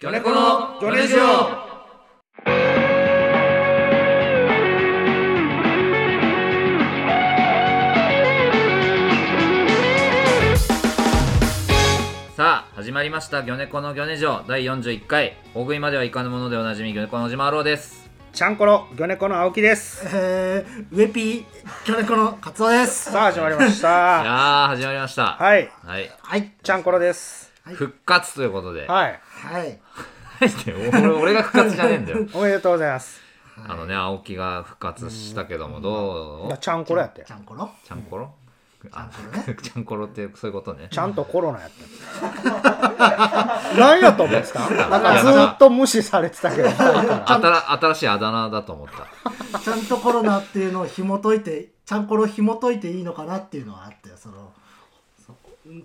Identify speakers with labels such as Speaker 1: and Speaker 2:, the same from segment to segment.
Speaker 1: このドレジオさあ始まりました「ギョネコのギョネジョ」第41回大食いまではいかぬものでおなじみギョネコの小島アローです
Speaker 2: ちゃんころ魚猫の青木です。
Speaker 3: えー、ウエピー、去年このカツオです。
Speaker 2: さあ始まりまし
Speaker 1: い
Speaker 2: た。
Speaker 1: やー始まりましたい、
Speaker 2: はい、
Speaker 1: はい、
Speaker 3: はい。
Speaker 2: ちゃんころです。
Speaker 1: 復活ということで、
Speaker 2: はい、
Speaker 3: はい。
Speaker 1: 俺俺が復活じゃねえんだよ
Speaker 2: おめでとうございます。
Speaker 1: あのね青木が復活したけどもど
Speaker 2: ま
Speaker 1: う
Speaker 2: あちゃんころやって
Speaker 3: ち。ゃんこの
Speaker 1: ちゃんころあ
Speaker 3: ちゃんころ
Speaker 1: ちゃんころってそういうことね
Speaker 2: ちゃんとコロナや って。何やと思ってた。なんかずーっと無視されてたけ ど。
Speaker 1: あたら新しいあだ名だと思った
Speaker 3: ちゃんとコロナっていうのを紐解いて、ちゃんこの紐解いていいのかなっていうのはあったよ、その。そ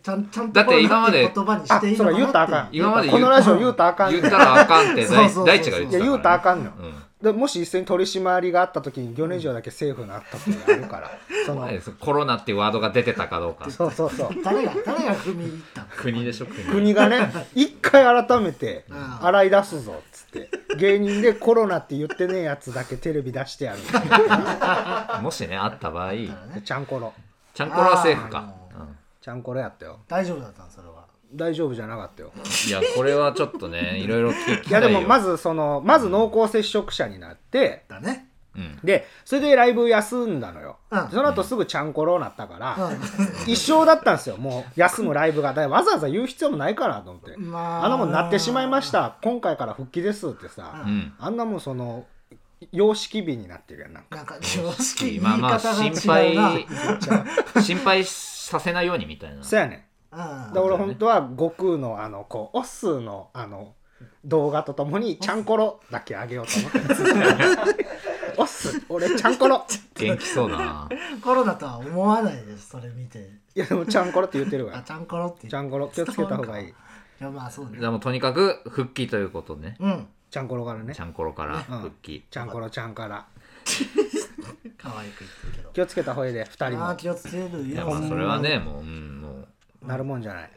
Speaker 3: ちゃんちゃんとコロナっていう言葉にし
Speaker 2: あ、
Speaker 3: ていい
Speaker 2: そ
Speaker 3: の
Speaker 2: れ言っ
Speaker 3: か
Speaker 2: た
Speaker 3: な
Speaker 2: らあ
Speaker 3: ってい
Speaker 2: か
Speaker 3: う。
Speaker 1: 今
Speaker 2: ん。
Speaker 1: まで言
Speaker 2: こ
Speaker 1: う
Speaker 2: のラジオ言うたらあかん。
Speaker 1: 言
Speaker 2: い
Speaker 1: ったらあかんって
Speaker 3: そうそう
Speaker 1: 大
Speaker 3: そうそう
Speaker 1: 大地が言ってたか
Speaker 2: や
Speaker 1: ら、ね、
Speaker 2: 言うたらあかんの。
Speaker 1: うん
Speaker 2: でもし一斉に取り締まりがあった時に魚ネジオだけセーフなったっていうのがあるから。その
Speaker 1: えそうコロナっていうワードが出てたかどうか
Speaker 2: そうそうそう。
Speaker 3: 誰が、誰が踏み入ったの
Speaker 1: 国でしょ国
Speaker 2: 国がね一回改めて
Speaker 3: うん
Speaker 2: 洗い出すぞっつって芸人でコロナって言ってねえやつだけテレビ出してやるみたい
Speaker 1: もしねあった場合
Speaker 3: だから
Speaker 2: な
Speaker 3: ね。
Speaker 2: ちゃんころ
Speaker 1: ちゃんころはセーフか
Speaker 3: あー
Speaker 1: うん
Speaker 2: ちゃんころやったよ
Speaker 3: 大丈夫だったの、それは。
Speaker 2: 大丈夫じゃなかったよ
Speaker 1: いやこれはちょっと ねいろいろ聞き
Speaker 2: い
Speaker 1: た
Speaker 2: や
Speaker 1: いよ
Speaker 2: でもま
Speaker 1: ず、
Speaker 2: ずそのまず濃厚接触者になって
Speaker 3: だね。
Speaker 1: うん、
Speaker 2: でそれでライブ休んだのよ、
Speaker 3: うん
Speaker 2: その後すぐちゃんころになったから、
Speaker 3: う
Speaker 2: 一生だったんですよもう休むライブがだからわざわざ言う必要もないかなと思って、
Speaker 3: ん。まあ。
Speaker 2: あのもんなってしまいまし。た今回から復帰ですってさ、
Speaker 1: うん
Speaker 2: あんなもんその様式美になってるやんなんか
Speaker 3: なんか、常識、言い
Speaker 1: まあ
Speaker 3: 方
Speaker 1: まあ
Speaker 3: が違
Speaker 1: 心
Speaker 3: うな。
Speaker 1: 配心配させないようにみたいな
Speaker 2: そやねん
Speaker 3: うん
Speaker 2: で俺本当は悟空のあのこうオッスーのあの動画とともにちゃんころだけあげようと思って ますオッスー俺ちゃんころ
Speaker 1: 元気そうだな
Speaker 3: コロナとは思わないです、それ見て。
Speaker 2: いやでもちゃんころって言ってるか
Speaker 3: あ、
Speaker 2: ら
Speaker 3: ちゃんころって。
Speaker 2: ちゃんころ気をつけた方がい
Speaker 3: い
Speaker 2: い
Speaker 3: や、まあそうね
Speaker 1: で。もとにかく復帰ということね
Speaker 3: うん。
Speaker 2: ちゃんころからね
Speaker 1: ちゃんころから
Speaker 2: うん
Speaker 1: 復帰、
Speaker 2: ちゃんころちゃんから
Speaker 3: 可愛く言ってるけど。
Speaker 2: 気をつけた方がいいで2人
Speaker 3: ああ、
Speaker 2: も
Speaker 3: 気をつける
Speaker 1: いや
Speaker 3: よ。
Speaker 1: まあそれはねもう、うん、もう
Speaker 2: なるもんじゃない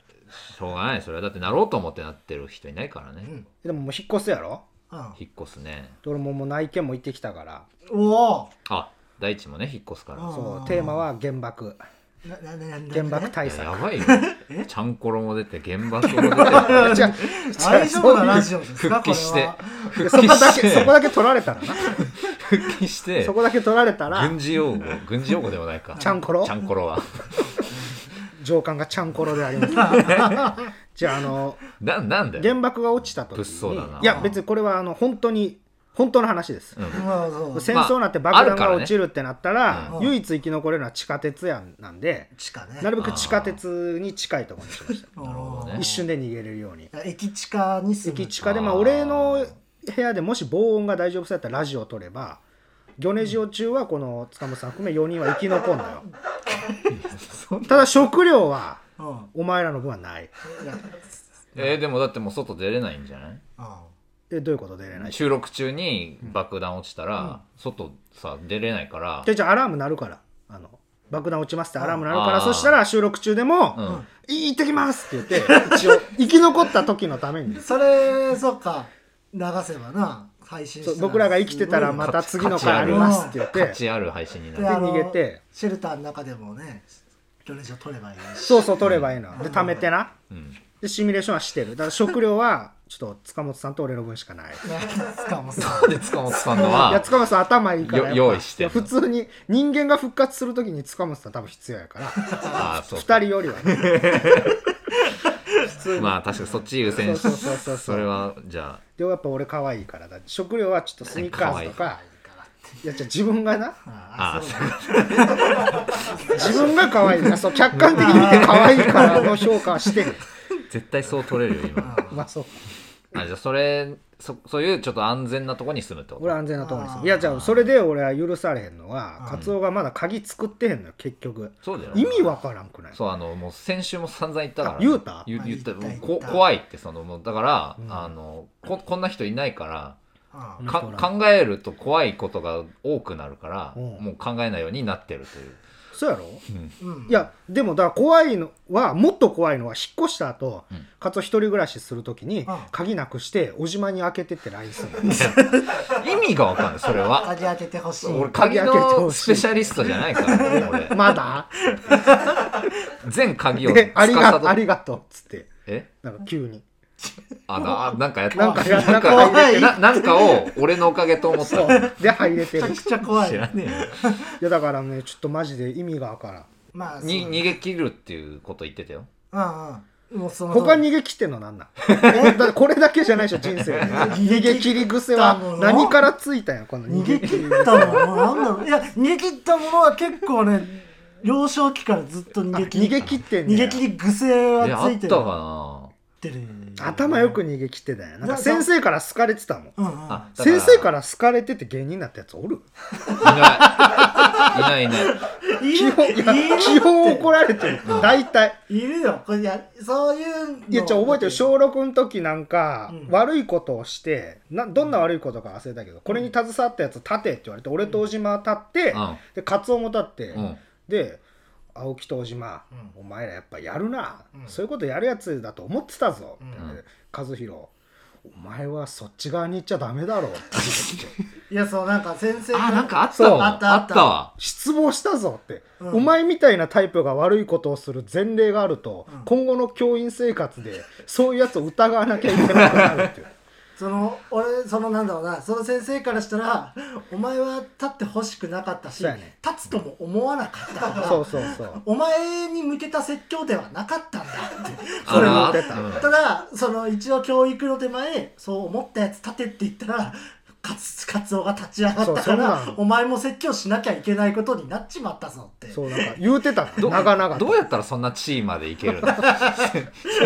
Speaker 1: しょうがないそれはだってなろうと思ってなってる人いないから
Speaker 3: う
Speaker 1: ね
Speaker 3: ん。
Speaker 2: でももう引っ越すやろ
Speaker 3: うん。
Speaker 1: 引っ越すね
Speaker 2: で俺ももう内見も行ってきたから
Speaker 3: おお。
Speaker 1: あ大地もね引っ越すから
Speaker 2: そ
Speaker 3: あ
Speaker 2: う
Speaker 3: ー
Speaker 2: テーマは原爆
Speaker 3: な、な、な、な、
Speaker 2: 原爆
Speaker 1: い
Speaker 2: 対
Speaker 1: や
Speaker 2: 策
Speaker 1: やばい よちゃんころも出て原爆も出て
Speaker 2: 違う
Speaker 3: 大丈夫なラジオですか
Speaker 1: 復帰して
Speaker 2: そ
Speaker 1: 復
Speaker 2: こ
Speaker 1: 帰
Speaker 2: だけ
Speaker 1: して
Speaker 2: そこだけ取られたらな
Speaker 1: 復帰して
Speaker 2: そこだけ取られたら
Speaker 1: 軍事用語軍事用語でもないか
Speaker 2: ちゃんころ
Speaker 1: ちゃんころは
Speaker 2: 上官がちゃんころでありますじゃああの
Speaker 1: ななんだよ
Speaker 2: 原爆が落ちた時に
Speaker 1: 物騒だない
Speaker 2: や別にこれはあの本当に本当の話です、
Speaker 1: うん
Speaker 3: まあそう。
Speaker 2: 戦争なんて爆
Speaker 1: まああ
Speaker 2: 弾
Speaker 1: るから
Speaker 2: が
Speaker 1: ね
Speaker 2: 落ちるってなったら,、
Speaker 3: うん
Speaker 2: 唯一生き残れるのは地下鉄やんなんで
Speaker 3: 地下ね。
Speaker 2: なるべく地下鉄に近いところにしました
Speaker 3: なる
Speaker 1: ほどね
Speaker 2: 一瞬で逃げれるように
Speaker 3: 駅地下に住む。
Speaker 2: 駅地下で
Speaker 1: あー
Speaker 2: まあ俺の部屋でもし防音が大丈夫そうやったらラジオを撮ればギョネジオ中はこの塚本さん含め4人は生き残んだよただ食料は
Speaker 3: うん。うん。
Speaker 2: お前らの分はない
Speaker 3: いや
Speaker 1: えーでもだってもう外出れないんじゃない
Speaker 2: えどういうこと出れない
Speaker 1: 収録中に爆弾落ちたら、外さ出れないから
Speaker 2: じゃあじゃあアラーム鳴るからあの爆弾落ちますってアラーム鳴るか
Speaker 1: あ
Speaker 2: ら
Speaker 1: ー
Speaker 2: そしたら収録中でも「
Speaker 1: うん
Speaker 2: い行ってきます」って言 って一応生き残った時のために
Speaker 3: うんそれ、そっか。流せばな。配信し
Speaker 2: そ
Speaker 3: て
Speaker 2: う僕らが生きてたらまた次の回ありますって言って
Speaker 1: 価値ある配信にな
Speaker 3: で
Speaker 1: る
Speaker 3: あの
Speaker 2: 逃げて
Speaker 3: シェルターの中でもね、去年以上取ればいいし。
Speaker 2: そうそう取ればいいので貯めてな
Speaker 1: うん
Speaker 2: でシミュレーションはしてるだから食料はちょっと塚本さんと俺の分しかない
Speaker 3: ね しかもさ。
Speaker 1: で塚本さんの
Speaker 2: いや
Speaker 1: は
Speaker 2: 塚本さん頭いいからやっぱ
Speaker 1: よ用意してん
Speaker 2: いや
Speaker 1: の
Speaker 2: 普通に人間が復活する時に塚本さん多分必要やから
Speaker 1: あーそう
Speaker 2: 二人よりはね
Speaker 1: まあ確かにそっち優
Speaker 2: そ
Speaker 1: 先
Speaker 2: う
Speaker 1: し
Speaker 2: そうそうそう
Speaker 1: それはじゃあ
Speaker 2: でもやっぱ俺可愛いからだって食料はちょっとスニーカーズとかいやじゃあ自分がな
Speaker 3: あ
Speaker 1: あ
Speaker 3: そうだね
Speaker 2: 自分が可愛いから そう客観的に見て可愛いからの評価はしてる
Speaker 1: 絶対そう取れるよ今
Speaker 2: まあそう
Speaker 1: あじゃあそれそそういうちょっと安全なとこに住むってこと
Speaker 2: 俺は安全なところにす
Speaker 3: あ
Speaker 2: る
Speaker 3: ー
Speaker 2: いやじゃあそれで俺は許されへんのはカツオがまだ鍵作ってへんのよ結局
Speaker 1: そうだよ
Speaker 2: 意味わからんくない
Speaker 1: そうあのもう先週も散々言ったから、
Speaker 2: あ言うた
Speaker 1: 言言った
Speaker 3: あ言った
Speaker 1: もうこ
Speaker 3: 言った
Speaker 1: 怖いってそのもうだから、あのここんな人いないから
Speaker 3: あ
Speaker 2: うん
Speaker 1: か考えると怖いことが多くなるから、
Speaker 2: うん
Speaker 1: もう考えないようになってるという
Speaker 2: そうやろ
Speaker 4: うん
Speaker 3: うん
Speaker 2: いやでもだから怖いのはもっと怖いのは引っ越した後、
Speaker 1: うん
Speaker 2: かつ一人暮らしするときに
Speaker 3: あ
Speaker 2: 鍵なくしておじまに開けてって LINE するの
Speaker 1: 意味がわかんないそれは
Speaker 3: 鍵開けてほしい
Speaker 1: 俺鍵のスペシャリストじゃないからね俺
Speaker 2: まだ
Speaker 1: 全鍵を
Speaker 2: でありが
Speaker 1: と
Speaker 2: ありがとうっつって
Speaker 1: え
Speaker 2: なんか急に
Speaker 1: あなあなんかやった
Speaker 2: なんかや
Speaker 1: なんか
Speaker 2: なんか
Speaker 3: 入れて
Speaker 1: ななんかを俺のおかげと思った
Speaker 2: そうで入れて
Speaker 3: めちゃ
Speaker 2: るい
Speaker 3: くちゃ怖い
Speaker 1: 知らねえよ
Speaker 2: やだからねちょっとマジで意味がわからん
Speaker 3: まあそう
Speaker 1: に逃げ切るっていうこと言ってたよ
Speaker 3: うんうんもうその
Speaker 2: 他逃げ切ってんのなんなんだ ってこれだけじゃないでしょ人生で逃げ切り癖は何からついたんやこの
Speaker 3: 逃
Speaker 2: 逃げ
Speaker 3: げ
Speaker 2: 切り
Speaker 3: 切ったものなんだろういや逃げ切ったものは結構ね幼少期からずっと逃げ切
Speaker 2: 逃げ
Speaker 3: り
Speaker 2: 切ってんね
Speaker 3: 逃
Speaker 2: や
Speaker 3: げ切り癖
Speaker 1: え
Speaker 3: は
Speaker 1: あ
Speaker 3: つ
Speaker 1: っ
Speaker 3: いて
Speaker 1: た
Speaker 3: る
Speaker 1: かな
Speaker 3: ってる
Speaker 2: 頭よく逃げ切ってたんやなんか先生から好かれてたもん
Speaker 3: うんうん
Speaker 1: あだ
Speaker 2: 先生からら好かれてて芸人になったやつおる
Speaker 1: いないいないいない
Speaker 3: い
Speaker 2: 基
Speaker 3: る
Speaker 2: 本いや
Speaker 3: いる
Speaker 2: 基本怒られてる 大体
Speaker 3: いるよこれいやそういうの
Speaker 2: いやちょ覚えてる小6の時なんか
Speaker 3: うん
Speaker 2: 悪いことをしてなどんな悪いことか忘れたけどこれに携わったやつ立てって言われて俺と小島は立ってでカツオも立って、
Speaker 1: うんうん
Speaker 2: で青木と小島、
Speaker 3: うん
Speaker 2: お前らやっぱやるな、
Speaker 3: うん
Speaker 2: そういうことやるやつだと思ってたぞ、
Speaker 3: うん
Speaker 2: って和弘お前はそっち側に行っちゃダ メだろうって言って
Speaker 3: いやそうなんか先生
Speaker 1: あなんかあった
Speaker 2: そう
Speaker 1: わ
Speaker 3: あった
Speaker 1: あったわ
Speaker 2: 失望したぞって、
Speaker 3: うん
Speaker 2: お前みたいなタイプが悪いことをする前例があると、
Speaker 3: うん
Speaker 2: 今後の教員生活でそういうやつを疑わなきゃいけなくなるっていう
Speaker 3: その俺そのなんだろうなその先生からしたらお前は立ってほしくなかったし、
Speaker 2: そうやね
Speaker 3: 立つとも思わなかったから
Speaker 2: そうそうそう
Speaker 3: お前に向けた説教ではなかったんだって
Speaker 2: それ
Speaker 1: あ
Speaker 2: 持
Speaker 1: あ
Speaker 2: ってた
Speaker 1: うん
Speaker 3: ただその一応教育の手前そう思ったやつ立てって言ったらカツカツオが立ち上が
Speaker 2: そ
Speaker 3: っ
Speaker 2: う
Speaker 3: た
Speaker 2: そ
Speaker 3: か
Speaker 2: うな
Speaker 3: ら
Speaker 2: の
Speaker 3: お前も説教しなきゃいけないことになっちまったぞって
Speaker 2: そうなんか言うてた
Speaker 1: ど
Speaker 2: の長々と
Speaker 1: どうやったらそんな地位までいけるの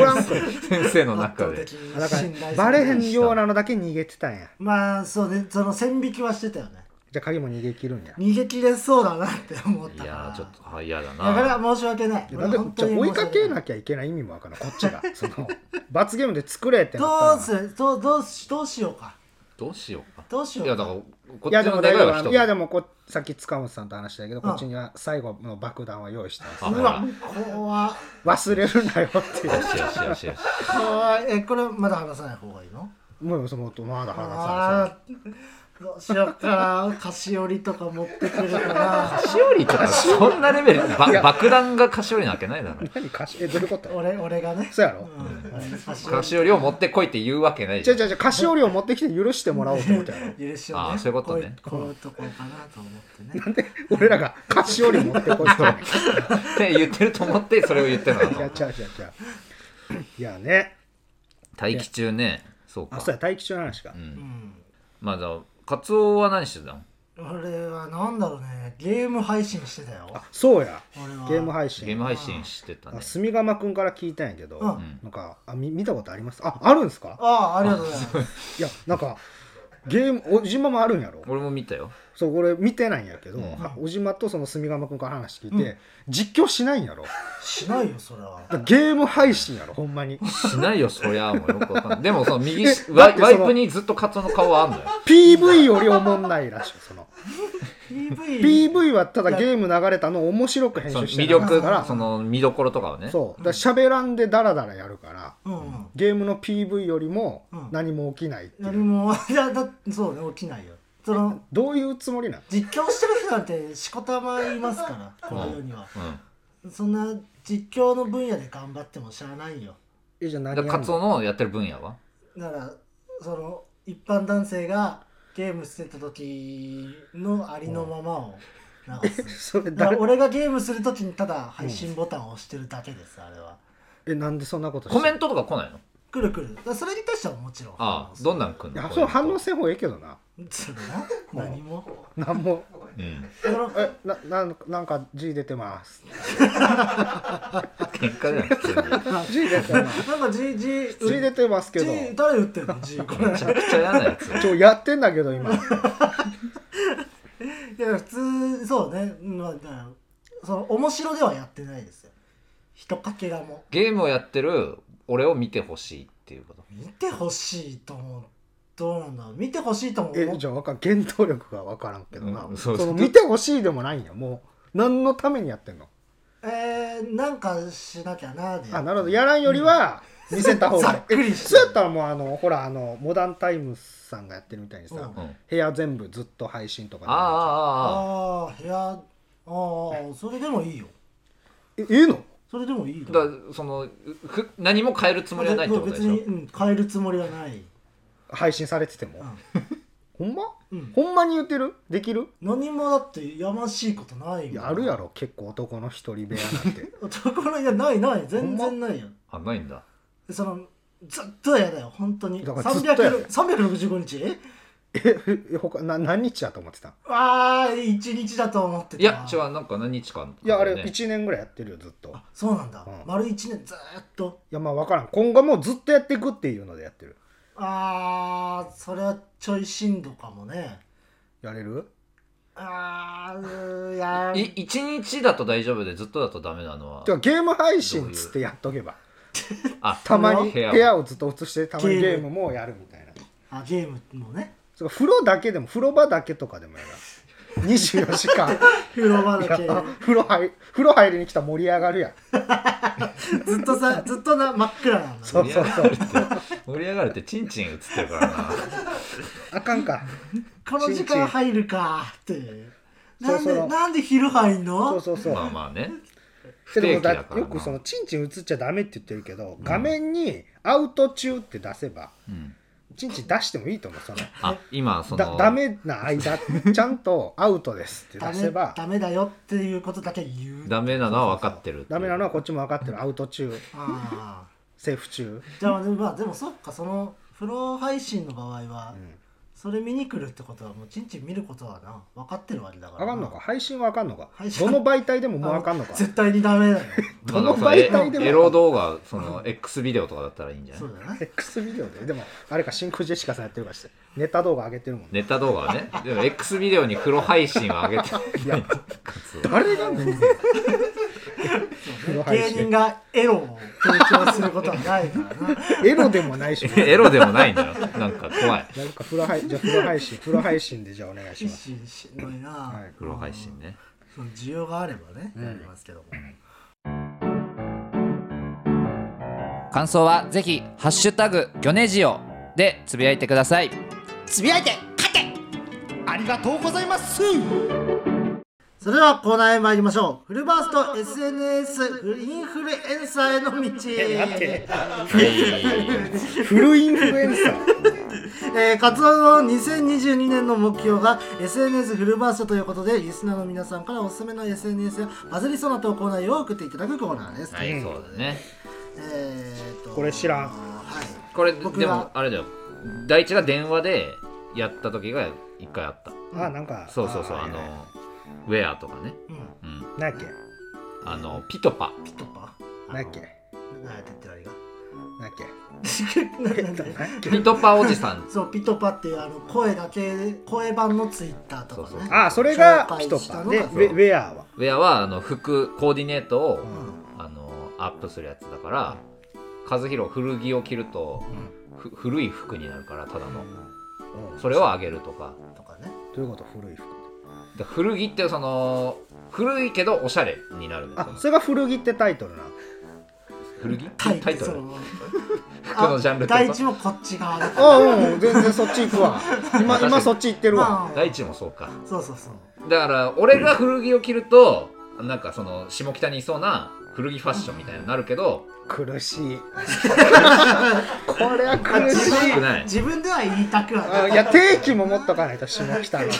Speaker 2: おらんく
Speaker 1: 先生の
Speaker 3: 圧
Speaker 1: 中
Speaker 3: 倒
Speaker 1: で
Speaker 3: 的に
Speaker 2: だから
Speaker 3: 信頼
Speaker 2: バレへ
Speaker 3: される
Speaker 2: んようなのだけ逃げてたんや
Speaker 3: まあそうねその線引きはしてたよね
Speaker 2: じゃあ鍵も逃げ切るんや
Speaker 3: 逃げ切れそうだなって思っ
Speaker 1: い
Speaker 3: たから
Speaker 1: やーちょっとは嫌だ
Speaker 3: だか
Speaker 1: な
Speaker 3: ら申し訳ない
Speaker 2: いやなんで
Speaker 3: 本
Speaker 2: じ
Speaker 3: 当
Speaker 2: ゃあ
Speaker 3: に
Speaker 2: 追いかけ
Speaker 3: 申し訳
Speaker 2: なきゃいけない意味もわからんこっち がその罰ゲームで作れってなった
Speaker 3: ど
Speaker 2: ら
Speaker 3: うすどうどうしどうしようか
Speaker 1: どうしようか
Speaker 3: どうしよ
Speaker 1: いうや
Speaker 3: か
Speaker 1: だからこっ
Speaker 2: いや
Speaker 1: ち
Speaker 2: で
Speaker 1: の
Speaker 2: も
Speaker 1: 願
Speaker 2: 大
Speaker 1: い
Speaker 2: 丈夫
Speaker 1: は
Speaker 2: あ
Speaker 1: 一
Speaker 2: の
Speaker 1: つ
Speaker 2: いやでもこさっき塚本さんと話したけど
Speaker 3: うん
Speaker 2: こっちには最後の爆弾は用意してます
Speaker 1: あ
Speaker 3: うわ怖っ
Speaker 2: 忘れるなよってい
Speaker 1: よ
Speaker 2: う
Speaker 1: しよしよしよし
Speaker 3: 怖いえこれまだ話さない方がいいの
Speaker 2: もうそのまだ話さ
Speaker 3: あーどうしようかな菓子折りとか持ってくるかな
Speaker 1: 菓子折りとかそんなレベルば
Speaker 2: いや
Speaker 1: 爆弾が菓子折りなわけないだろ
Speaker 2: ない何かしえどういうこと
Speaker 3: 俺俺がね
Speaker 2: そうやろ
Speaker 3: うん菓子
Speaker 1: 菓
Speaker 3: 折
Speaker 1: 子折りを持ってこいって言うわけないじ
Speaker 2: じ
Speaker 1: ゃ
Speaker 2: ゃ
Speaker 1: ん
Speaker 2: じゃじゃ菓子折りを持ってきて許してもらおうと思ったやろ
Speaker 3: り許しをね
Speaker 1: あーそういうことね
Speaker 3: こういうとこかなと思ってね
Speaker 2: なんで俺らが菓子折り持ってこ いって言うの
Speaker 1: って言ってると思ってそれを言ってるのかと
Speaker 2: い
Speaker 1: 思
Speaker 2: や
Speaker 1: う
Speaker 2: ちゃうちゃうちゃういやね
Speaker 1: 待機中ねそう
Speaker 2: あ
Speaker 1: か
Speaker 2: そうや待機中の話か
Speaker 1: うん
Speaker 3: うん
Speaker 1: まあだからカツオは何してたの
Speaker 3: 俺はなんだろうねゲーム配信してたよ
Speaker 2: あそうや
Speaker 3: 俺は
Speaker 2: ゲーム配
Speaker 1: ゲー
Speaker 2: 信
Speaker 1: ム配信してたね
Speaker 2: あ住釜くんから聞いたんやけど、
Speaker 3: うん
Speaker 1: ん
Speaker 2: なんかあみ見たことありますああるんですか
Speaker 3: ああありがとうございます
Speaker 2: いやなんかゲームおじまもあるんやろ
Speaker 1: 俺も見たよ
Speaker 2: そうこれ見てないんやけど、
Speaker 1: うん
Speaker 2: あおじまとその住釜くんから話聞いて、実況しないんやろ
Speaker 3: しないよそれは
Speaker 2: だゲーム配信やろほんまに
Speaker 1: しないよそりゃもうよくわ かんないでもその右
Speaker 2: え
Speaker 1: しワ
Speaker 2: だっ
Speaker 1: イ
Speaker 2: てその
Speaker 1: ワイプにずっとカツオの顔はあんのよ
Speaker 2: PV よりおもんないらしいその
Speaker 3: PV
Speaker 2: PV はただゲーム流れたのを面白く編
Speaker 1: その
Speaker 2: 集して
Speaker 1: 魅
Speaker 2: る
Speaker 1: 力
Speaker 2: から
Speaker 1: その見どころとかをね
Speaker 2: そうだから喋らんでダラダラやるから
Speaker 3: うんうん
Speaker 2: ゲームの PV よりも
Speaker 3: うん
Speaker 2: 何も起きないっていう、
Speaker 3: 何もいやだそうね起きないよその
Speaker 2: どういうつもりなん
Speaker 3: 実況してる人なんてしこたまいます からこの世には
Speaker 1: うん
Speaker 3: そんな実況の分野で頑張っても知らないよ
Speaker 2: えじゃあ何
Speaker 1: だ
Speaker 2: やん
Speaker 1: か
Speaker 2: の
Speaker 1: らカツオのやってる分野は
Speaker 3: だからその一般男性がゲームしてた時のありのままを流す
Speaker 2: そ
Speaker 3: だ
Speaker 2: れ
Speaker 3: か
Speaker 2: 誰
Speaker 3: ら俺がゲームする時にただ配信ボタンを押してるだけですあれは
Speaker 2: えなんでそんなことして
Speaker 1: コメントとか来ないの
Speaker 3: くるくるだからそれに対してはもちろん
Speaker 1: ああどんなん来ん
Speaker 2: い
Speaker 1: の
Speaker 2: やそう反応
Speaker 1: す
Speaker 2: せん方がいいけどな
Speaker 3: それな何も
Speaker 2: なんも
Speaker 1: る、うん
Speaker 3: その
Speaker 2: えななんなんか G 出てます
Speaker 1: 喧嘩じゃん普通に
Speaker 2: G 出てま す
Speaker 3: なんか G, G,
Speaker 2: G 出てますけど
Speaker 3: G 誰打ってんの G これ
Speaker 1: めちゃくちゃ嫌なやつ
Speaker 2: ちょやってんだけど今
Speaker 3: いや普通そうねまあだからその面白ではやってないですよ人かけらも
Speaker 1: ゲームをやってる俺を見てほしいっていうこと
Speaker 3: 見てほしいと思うどうなんだろう見てほしいとも思
Speaker 2: え
Speaker 3: う
Speaker 2: じゃあわかん原動力が分からんけどな、
Speaker 1: うんそ
Speaker 2: そう
Speaker 1: そう
Speaker 2: の見てほしいでもないんやもう何のためにやってんの
Speaker 3: えー、なんかしなきゃなで
Speaker 2: あなるほどやらんよりは見せた方が、
Speaker 3: ざっくりして
Speaker 2: そうやったらもうあのほらあのモダンタイムスさんがやってるみたいにさ、
Speaker 3: うん
Speaker 1: うん
Speaker 2: 部屋全部ずっと配信とかで
Speaker 1: ああああああ
Speaker 3: ああ部屋ああそれでもいいよ
Speaker 2: ええの
Speaker 3: それでもいいよ
Speaker 1: だからそのふ何も変えるつもりはないってことでしょ
Speaker 3: 別に、うん、変えるつもりはない、
Speaker 2: 配信されてても、ほんま
Speaker 3: うん、
Speaker 2: ほんまに言ってるできる
Speaker 3: 何もだってやましいことない
Speaker 2: い
Speaker 3: もん
Speaker 2: やあるやろ結構男の一人部屋なんて
Speaker 3: 男のいやないない全然ないよ、
Speaker 1: あないんだ
Speaker 3: そのずっとやだよ本当に
Speaker 2: だからずっとやだよ
Speaker 3: 300 365日え
Speaker 2: え他な何日やと思ってた
Speaker 3: ああ1日だと思ってた
Speaker 1: いや違うなんか何日間
Speaker 2: いやあれ
Speaker 1: ね
Speaker 2: 1年ぐらいやってるよずっとい
Speaker 3: あそうなんだ、
Speaker 2: うん
Speaker 3: 丸1年ずーっと
Speaker 2: やまあ分からん今後もずっとやっていくっていうのでやってる
Speaker 3: ああそれはちょいしんどかもね
Speaker 2: やれる
Speaker 3: ああいや
Speaker 1: い一日だと大丈夫でずっとだとダメなのは
Speaker 2: じゃあゲーム配信つってやっとけば
Speaker 1: あ
Speaker 2: たまに
Speaker 1: 部
Speaker 2: 部
Speaker 1: 屋を
Speaker 2: 屋をずっと映してたまに
Speaker 3: ゲ
Speaker 2: ゲ
Speaker 3: ーム
Speaker 2: ームもやるみたいな
Speaker 3: あゲームもね
Speaker 2: そう風呂だけでも風呂場だけとかで もやる24時間
Speaker 3: 風呂場
Speaker 2: い
Speaker 3: だ
Speaker 2: や
Speaker 3: け
Speaker 2: 風呂入風呂入りに来たら盛り上がるやん
Speaker 3: ずっとさずっとな真っ暗なんだ、ね、
Speaker 2: そうそうそう
Speaker 1: 盛り上がるってチンチン映ってるからな
Speaker 2: あかんか
Speaker 3: この時間入るかっていう
Speaker 2: そ
Speaker 3: な
Speaker 2: う
Speaker 3: んで
Speaker 2: そう
Speaker 3: なんで昼入んの
Speaker 2: そうそうそう
Speaker 1: まあまあね
Speaker 2: ででもだ
Speaker 1: 不定期だからな
Speaker 2: よくそのチンチン映っちゃダメって言ってるけど画面に「アウト中」って出せば、
Speaker 1: ん
Speaker 2: チンチン出してもいいと思うその
Speaker 1: あ今そ
Speaker 2: だ
Speaker 1: の
Speaker 2: ダメな間ちゃんと「アウトです」って
Speaker 3: ダ
Speaker 2: 出せ
Speaker 3: メ
Speaker 2: ば
Speaker 3: ダメだよっていうことだけ言う
Speaker 1: ダメなのは分かってる
Speaker 2: ダメなのはこっちも分かってる「アウト中」
Speaker 3: ああ
Speaker 2: 「セーフ中
Speaker 3: じゃあでもまあでもそっかその風呂配信の場合は、
Speaker 2: ん
Speaker 3: それ見に来るってことはもうちんちん見ることはな分かってるわけだ」から
Speaker 2: 分
Speaker 3: な
Speaker 2: かんのか配信は分かんのか
Speaker 3: 配信
Speaker 2: どの媒体でももう分かんの
Speaker 3: あ
Speaker 2: か
Speaker 3: 絶対にダメ だよ
Speaker 1: まあ
Speaker 2: どの媒体でも
Speaker 1: エロ動画その X ビデオとかだったらいいんじゃな
Speaker 3: そ
Speaker 1: いう
Speaker 3: だね
Speaker 2: X ビデオででもあれか真空ジェシカさんやってるからしてネタ動画上げてるも んね
Speaker 1: ネタ動画は ねでも X ビデオに風呂配信は上げて
Speaker 2: いや誰が 見んねん風呂配
Speaker 3: 芸人
Speaker 2: 信
Speaker 3: がエロを提供することはない からな
Speaker 2: エロでもないし
Speaker 1: エロでもないんだよなんか怖い
Speaker 2: なんか風呂配じゃあ風呂配信風呂配信でじゃあお願いし
Speaker 3: 一 心
Speaker 2: ます。
Speaker 3: しんどいな、
Speaker 2: はい
Speaker 1: 風呂配信ね
Speaker 3: その需要があればね、やりますけども、
Speaker 1: 感想はぜひ「ハッシュタグギョネジオ」でつぶやいてください
Speaker 2: つぶやいて勝てありがとうございます。
Speaker 3: それではコーナーへ参りましょうフルバースト SNS インフルエンサーへの道
Speaker 2: 待ってフルインフルエンサー
Speaker 3: えー、カツオの2022年の目標が SNS フルバーストということでリスナーの皆さんからおすすめの SNS やバズりそうな投稿内容を送っていただくコーナーです。
Speaker 1: はいそうだね
Speaker 3: えー、と
Speaker 2: これ知らん
Speaker 3: はい。
Speaker 1: これで
Speaker 3: 僕が
Speaker 1: もあれだよ第一が電話でやった時が一回あった
Speaker 2: あなんか
Speaker 1: そうそうそうあ
Speaker 2: はいはい
Speaker 1: のウェアとかね
Speaker 3: うん。
Speaker 1: うん
Speaker 2: なんやっけ
Speaker 1: あのピトパ
Speaker 3: ピットパ。
Speaker 2: なんやっけ
Speaker 3: 何やってって何
Speaker 2: なん
Speaker 3: が
Speaker 2: やっけ
Speaker 3: ななんだ
Speaker 2: なんやっけ
Speaker 1: ピトパおじさん
Speaker 3: そうピットパっていうあの声だけ声版のツイッターとか
Speaker 1: そう
Speaker 3: ね
Speaker 1: そう。
Speaker 2: あそれがピ
Speaker 3: 紹
Speaker 2: ト
Speaker 3: 介した
Speaker 2: パ
Speaker 3: の
Speaker 2: で
Speaker 3: が
Speaker 2: ウェウェアは
Speaker 1: ウェアはあの服コーディネートを
Speaker 3: うん
Speaker 1: あのアップするやつだから和弘古着を着るとふ古い服になるからただの
Speaker 2: うん
Speaker 1: それをあげるとか
Speaker 3: とかね。
Speaker 2: どういうこと古い服
Speaker 1: で古着ってその古いけどおしゃれになるんですよ
Speaker 2: あそれが古着ってタイトルな
Speaker 1: 古着
Speaker 3: タ
Speaker 1: タ
Speaker 3: イ
Speaker 1: イト
Speaker 3: そ
Speaker 1: ル
Speaker 3: の
Speaker 1: 服のジャンル ってこと
Speaker 3: 第一もこっち側だから。
Speaker 2: あうん全然そっち行 くわ今今そっち行ってるわ
Speaker 3: まあ
Speaker 1: 大地もそうか
Speaker 3: そうそうそう。
Speaker 1: だから俺が古着を着るとなんかその下北にいそうな古着ファッションみたいになるけど
Speaker 2: 苦しい これは苦しい
Speaker 1: よく ない
Speaker 3: 自分では言いたくはない
Speaker 2: あいや定期も持っとかないと下北のい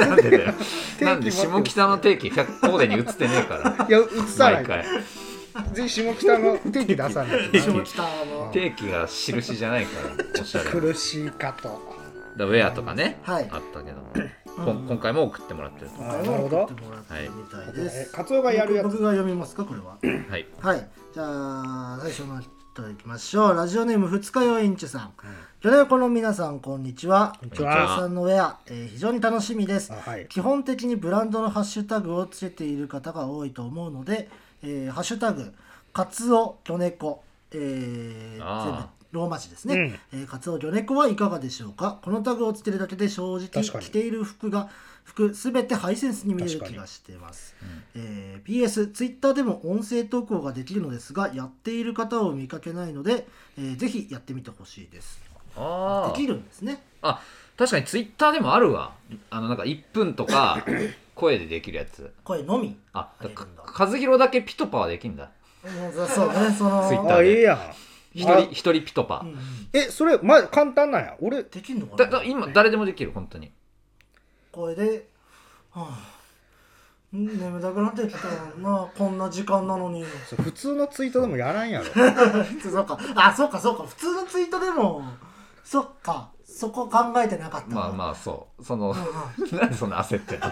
Speaker 1: なんでだよ
Speaker 2: 定期
Speaker 1: なんで下北の定期100コーデに映ってねえか
Speaker 2: や映さな
Speaker 1: ら毎
Speaker 2: いから
Speaker 1: 回
Speaker 2: ぜひ下北の定期出さない
Speaker 3: 下
Speaker 2: と
Speaker 3: 北の
Speaker 1: 定期が印じゃないからおしゃれなだか
Speaker 2: 苦しいかと
Speaker 1: らウェアとかね、
Speaker 3: はい
Speaker 1: あったけどこん今回も送ってもらってると
Speaker 2: あなるほどえカツオが
Speaker 3: 僕
Speaker 2: やるや
Speaker 3: 僕
Speaker 2: つ
Speaker 3: が読みますかこれは
Speaker 1: はい
Speaker 3: はいじゃあ最初の人いきましょうラジオネーム二日酔いんちゅさんギョネコの皆さんこんにちはこん
Speaker 2: にちは
Speaker 3: さんのウェア、えー非常に楽しみです
Speaker 2: あはい
Speaker 3: 基本的にブランドのハッシュタグをつけている方が多いと思うので、えーハッシュタグカツオギョネコ、えー
Speaker 1: あ
Speaker 3: 全ローマ字ですね、えーカツオ魚猫はいかがでしょうかこのタグをつけるだけで正直
Speaker 2: 確かに
Speaker 3: 着ている服が服すべてハイセンスに見える気がしてます、えー PS ツイッターでも音声投稿ができるのですがやっている方を見かけないので、えーぜひやってみてほしいです
Speaker 1: あ
Speaker 3: で
Speaker 1: ー
Speaker 3: きるんですね
Speaker 1: あ確かにツイッターでもあるわあのなんか1分とか声でできるやつ
Speaker 3: 声のみ
Speaker 1: あ
Speaker 3: あ
Speaker 1: だか
Speaker 3: れなんだ
Speaker 1: 和弘だけピトパはできんだ
Speaker 3: うんそうねその
Speaker 1: Twitter
Speaker 2: あ、いいやん。
Speaker 1: 一人一人ピトパ、
Speaker 3: うんうん
Speaker 2: え、それ、ま、簡単なんや。俺、
Speaker 3: できるのか
Speaker 1: だ
Speaker 3: な
Speaker 1: だ今誰でもできる本当に
Speaker 3: これで、はあ、ん眠たくなってきたなこんな時間なのに
Speaker 2: それ普通のツイートでもやらんやろ。
Speaker 3: そうかあそうかそうか普通のツイートでもそっかそこ考えてなかった
Speaker 1: まあ
Speaker 3: あ
Speaker 1: まあそうその なんでそんな焦ってんの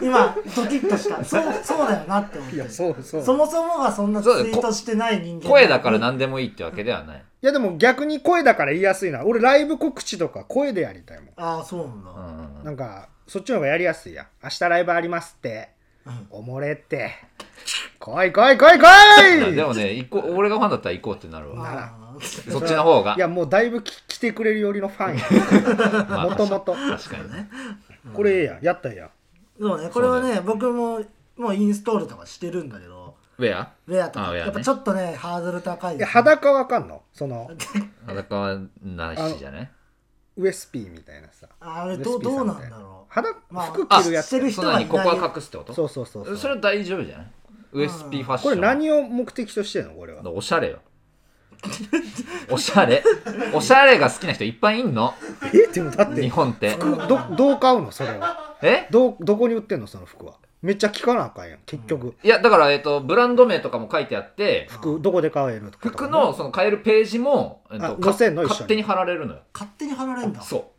Speaker 3: 今ドキッとしたそうそうだよなって思っ
Speaker 2: い
Speaker 3: て
Speaker 2: や、そうそう。
Speaker 3: そもそもがそんなツイートしてない人間
Speaker 1: 声だから何でもいいってわけではない、
Speaker 2: いや、でも逆に声だから言いやすいな。俺、ライブ告知とか声でやりたいも。
Speaker 3: ああそうなんだ、
Speaker 1: うんうんうんん、
Speaker 2: なんか、そっちの方がやりやすいやん。明日ライブありますって。
Speaker 3: うん
Speaker 2: おもれって。来い来い来
Speaker 1: い
Speaker 2: い
Speaker 1: や
Speaker 2: 来い
Speaker 1: でもね行こう俺がファンだったら行こうってなるわ
Speaker 3: あー
Speaker 1: そっちの方が
Speaker 2: いや、もうだいぶき来てくれるよりのファンや。
Speaker 1: まあ
Speaker 2: もともと。
Speaker 1: 確かにね
Speaker 2: これええやん。やったらええやん。
Speaker 3: そうねこれは
Speaker 1: そう
Speaker 3: ね僕ももうインストールとかしてるんだけど
Speaker 1: ウェア
Speaker 3: ウェアと
Speaker 1: あ
Speaker 3: か
Speaker 1: ウェアね
Speaker 3: やっぱちょっとねハードル高い
Speaker 2: い
Speaker 3: で
Speaker 2: や、
Speaker 3: すね
Speaker 2: 裸わかんのその、
Speaker 1: 裸はないしじゃない
Speaker 2: ウエスピーみたいなさ。
Speaker 3: あれどうどうなんだろ
Speaker 2: 裸、
Speaker 3: まあ
Speaker 2: 服着るや
Speaker 3: し
Speaker 2: つ
Speaker 3: て。る
Speaker 1: そ
Speaker 3: 人
Speaker 1: んな
Speaker 3: は
Speaker 1: に
Speaker 3: い
Speaker 1: こ
Speaker 3: ない
Speaker 1: こは隠すってこと
Speaker 2: そうそうそうそう。
Speaker 1: れは大丈夫じゃないウエスピーファッション
Speaker 2: これ何を目的としてんのこれは。
Speaker 1: おしゃれよ おしゃれおしゃれが好きな人いっぱいいんの
Speaker 2: えでもだっ
Speaker 1: 日
Speaker 2: て
Speaker 1: 本って
Speaker 2: 服どどう買うのそれは
Speaker 1: え
Speaker 2: どうどこに売ってんのその服はめっちゃ聞かなあかんやん結局、
Speaker 1: いやだから、えっと、ブランド名とかも書いてあって
Speaker 2: 服どこで買えるとか
Speaker 1: 服のその買えるページも、えっ
Speaker 2: あ
Speaker 1: と、
Speaker 2: 載せんの一緒に
Speaker 1: 勝手に貼られるのよ
Speaker 3: 勝手に貼られんだ
Speaker 1: そ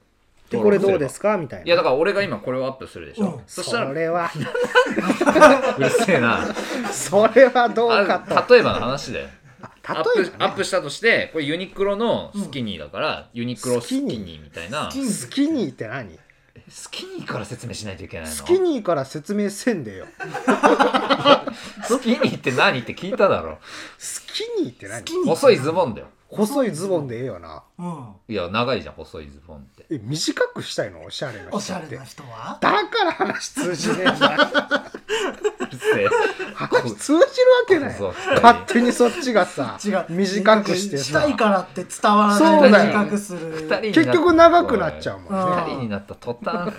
Speaker 1: う
Speaker 2: でこれどうですすかみたいない
Speaker 1: やだから俺が今これをアップするでしょ、
Speaker 3: うん
Speaker 1: そしたら
Speaker 2: そ うれは
Speaker 1: るせえ な
Speaker 2: それはどうか
Speaker 1: あ例えばの話だよ
Speaker 2: と
Speaker 1: アッ
Speaker 2: 例え
Speaker 1: プア
Speaker 2: ば、
Speaker 1: ップしたとしてこれユニクロのスキニーだから、ユニクロスキニーみたいな
Speaker 3: スキ
Speaker 2: ね、スキニーって何
Speaker 1: スキニーから説明しないといけないの
Speaker 2: スキニーから説明せんでよ
Speaker 1: スキニーって何って聞いただろ
Speaker 2: スキニーって何
Speaker 3: 好きに
Speaker 1: 細いズボンだよ
Speaker 2: 細いズボンでええよな
Speaker 3: うん
Speaker 1: いや長いじゃん細いズボンって
Speaker 2: え短くしたいのおしゃれな人
Speaker 3: おしゃ
Speaker 2: っ
Speaker 3: れ
Speaker 2: て
Speaker 3: な人は
Speaker 2: だから話通じねえ んだ
Speaker 1: うるせえ
Speaker 2: 話通じるわけない
Speaker 1: そう
Speaker 2: 勝手にそっちがさ
Speaker 3: 違う
Speaker 2: 短くして
Speaker 3: した
Speaker 2: さ
Speaker 3: いからって伝わら
Speaker 2: そ
Speaker 3: な
Speaker 2: うだ
Speaker 3: い
Speaker 2: よ
Speaker 3: 短くする
Speaker 1: 二人になっ
Speaker 2: 結局長くなっちゃうもんね
Speaker 1: 二人になった途端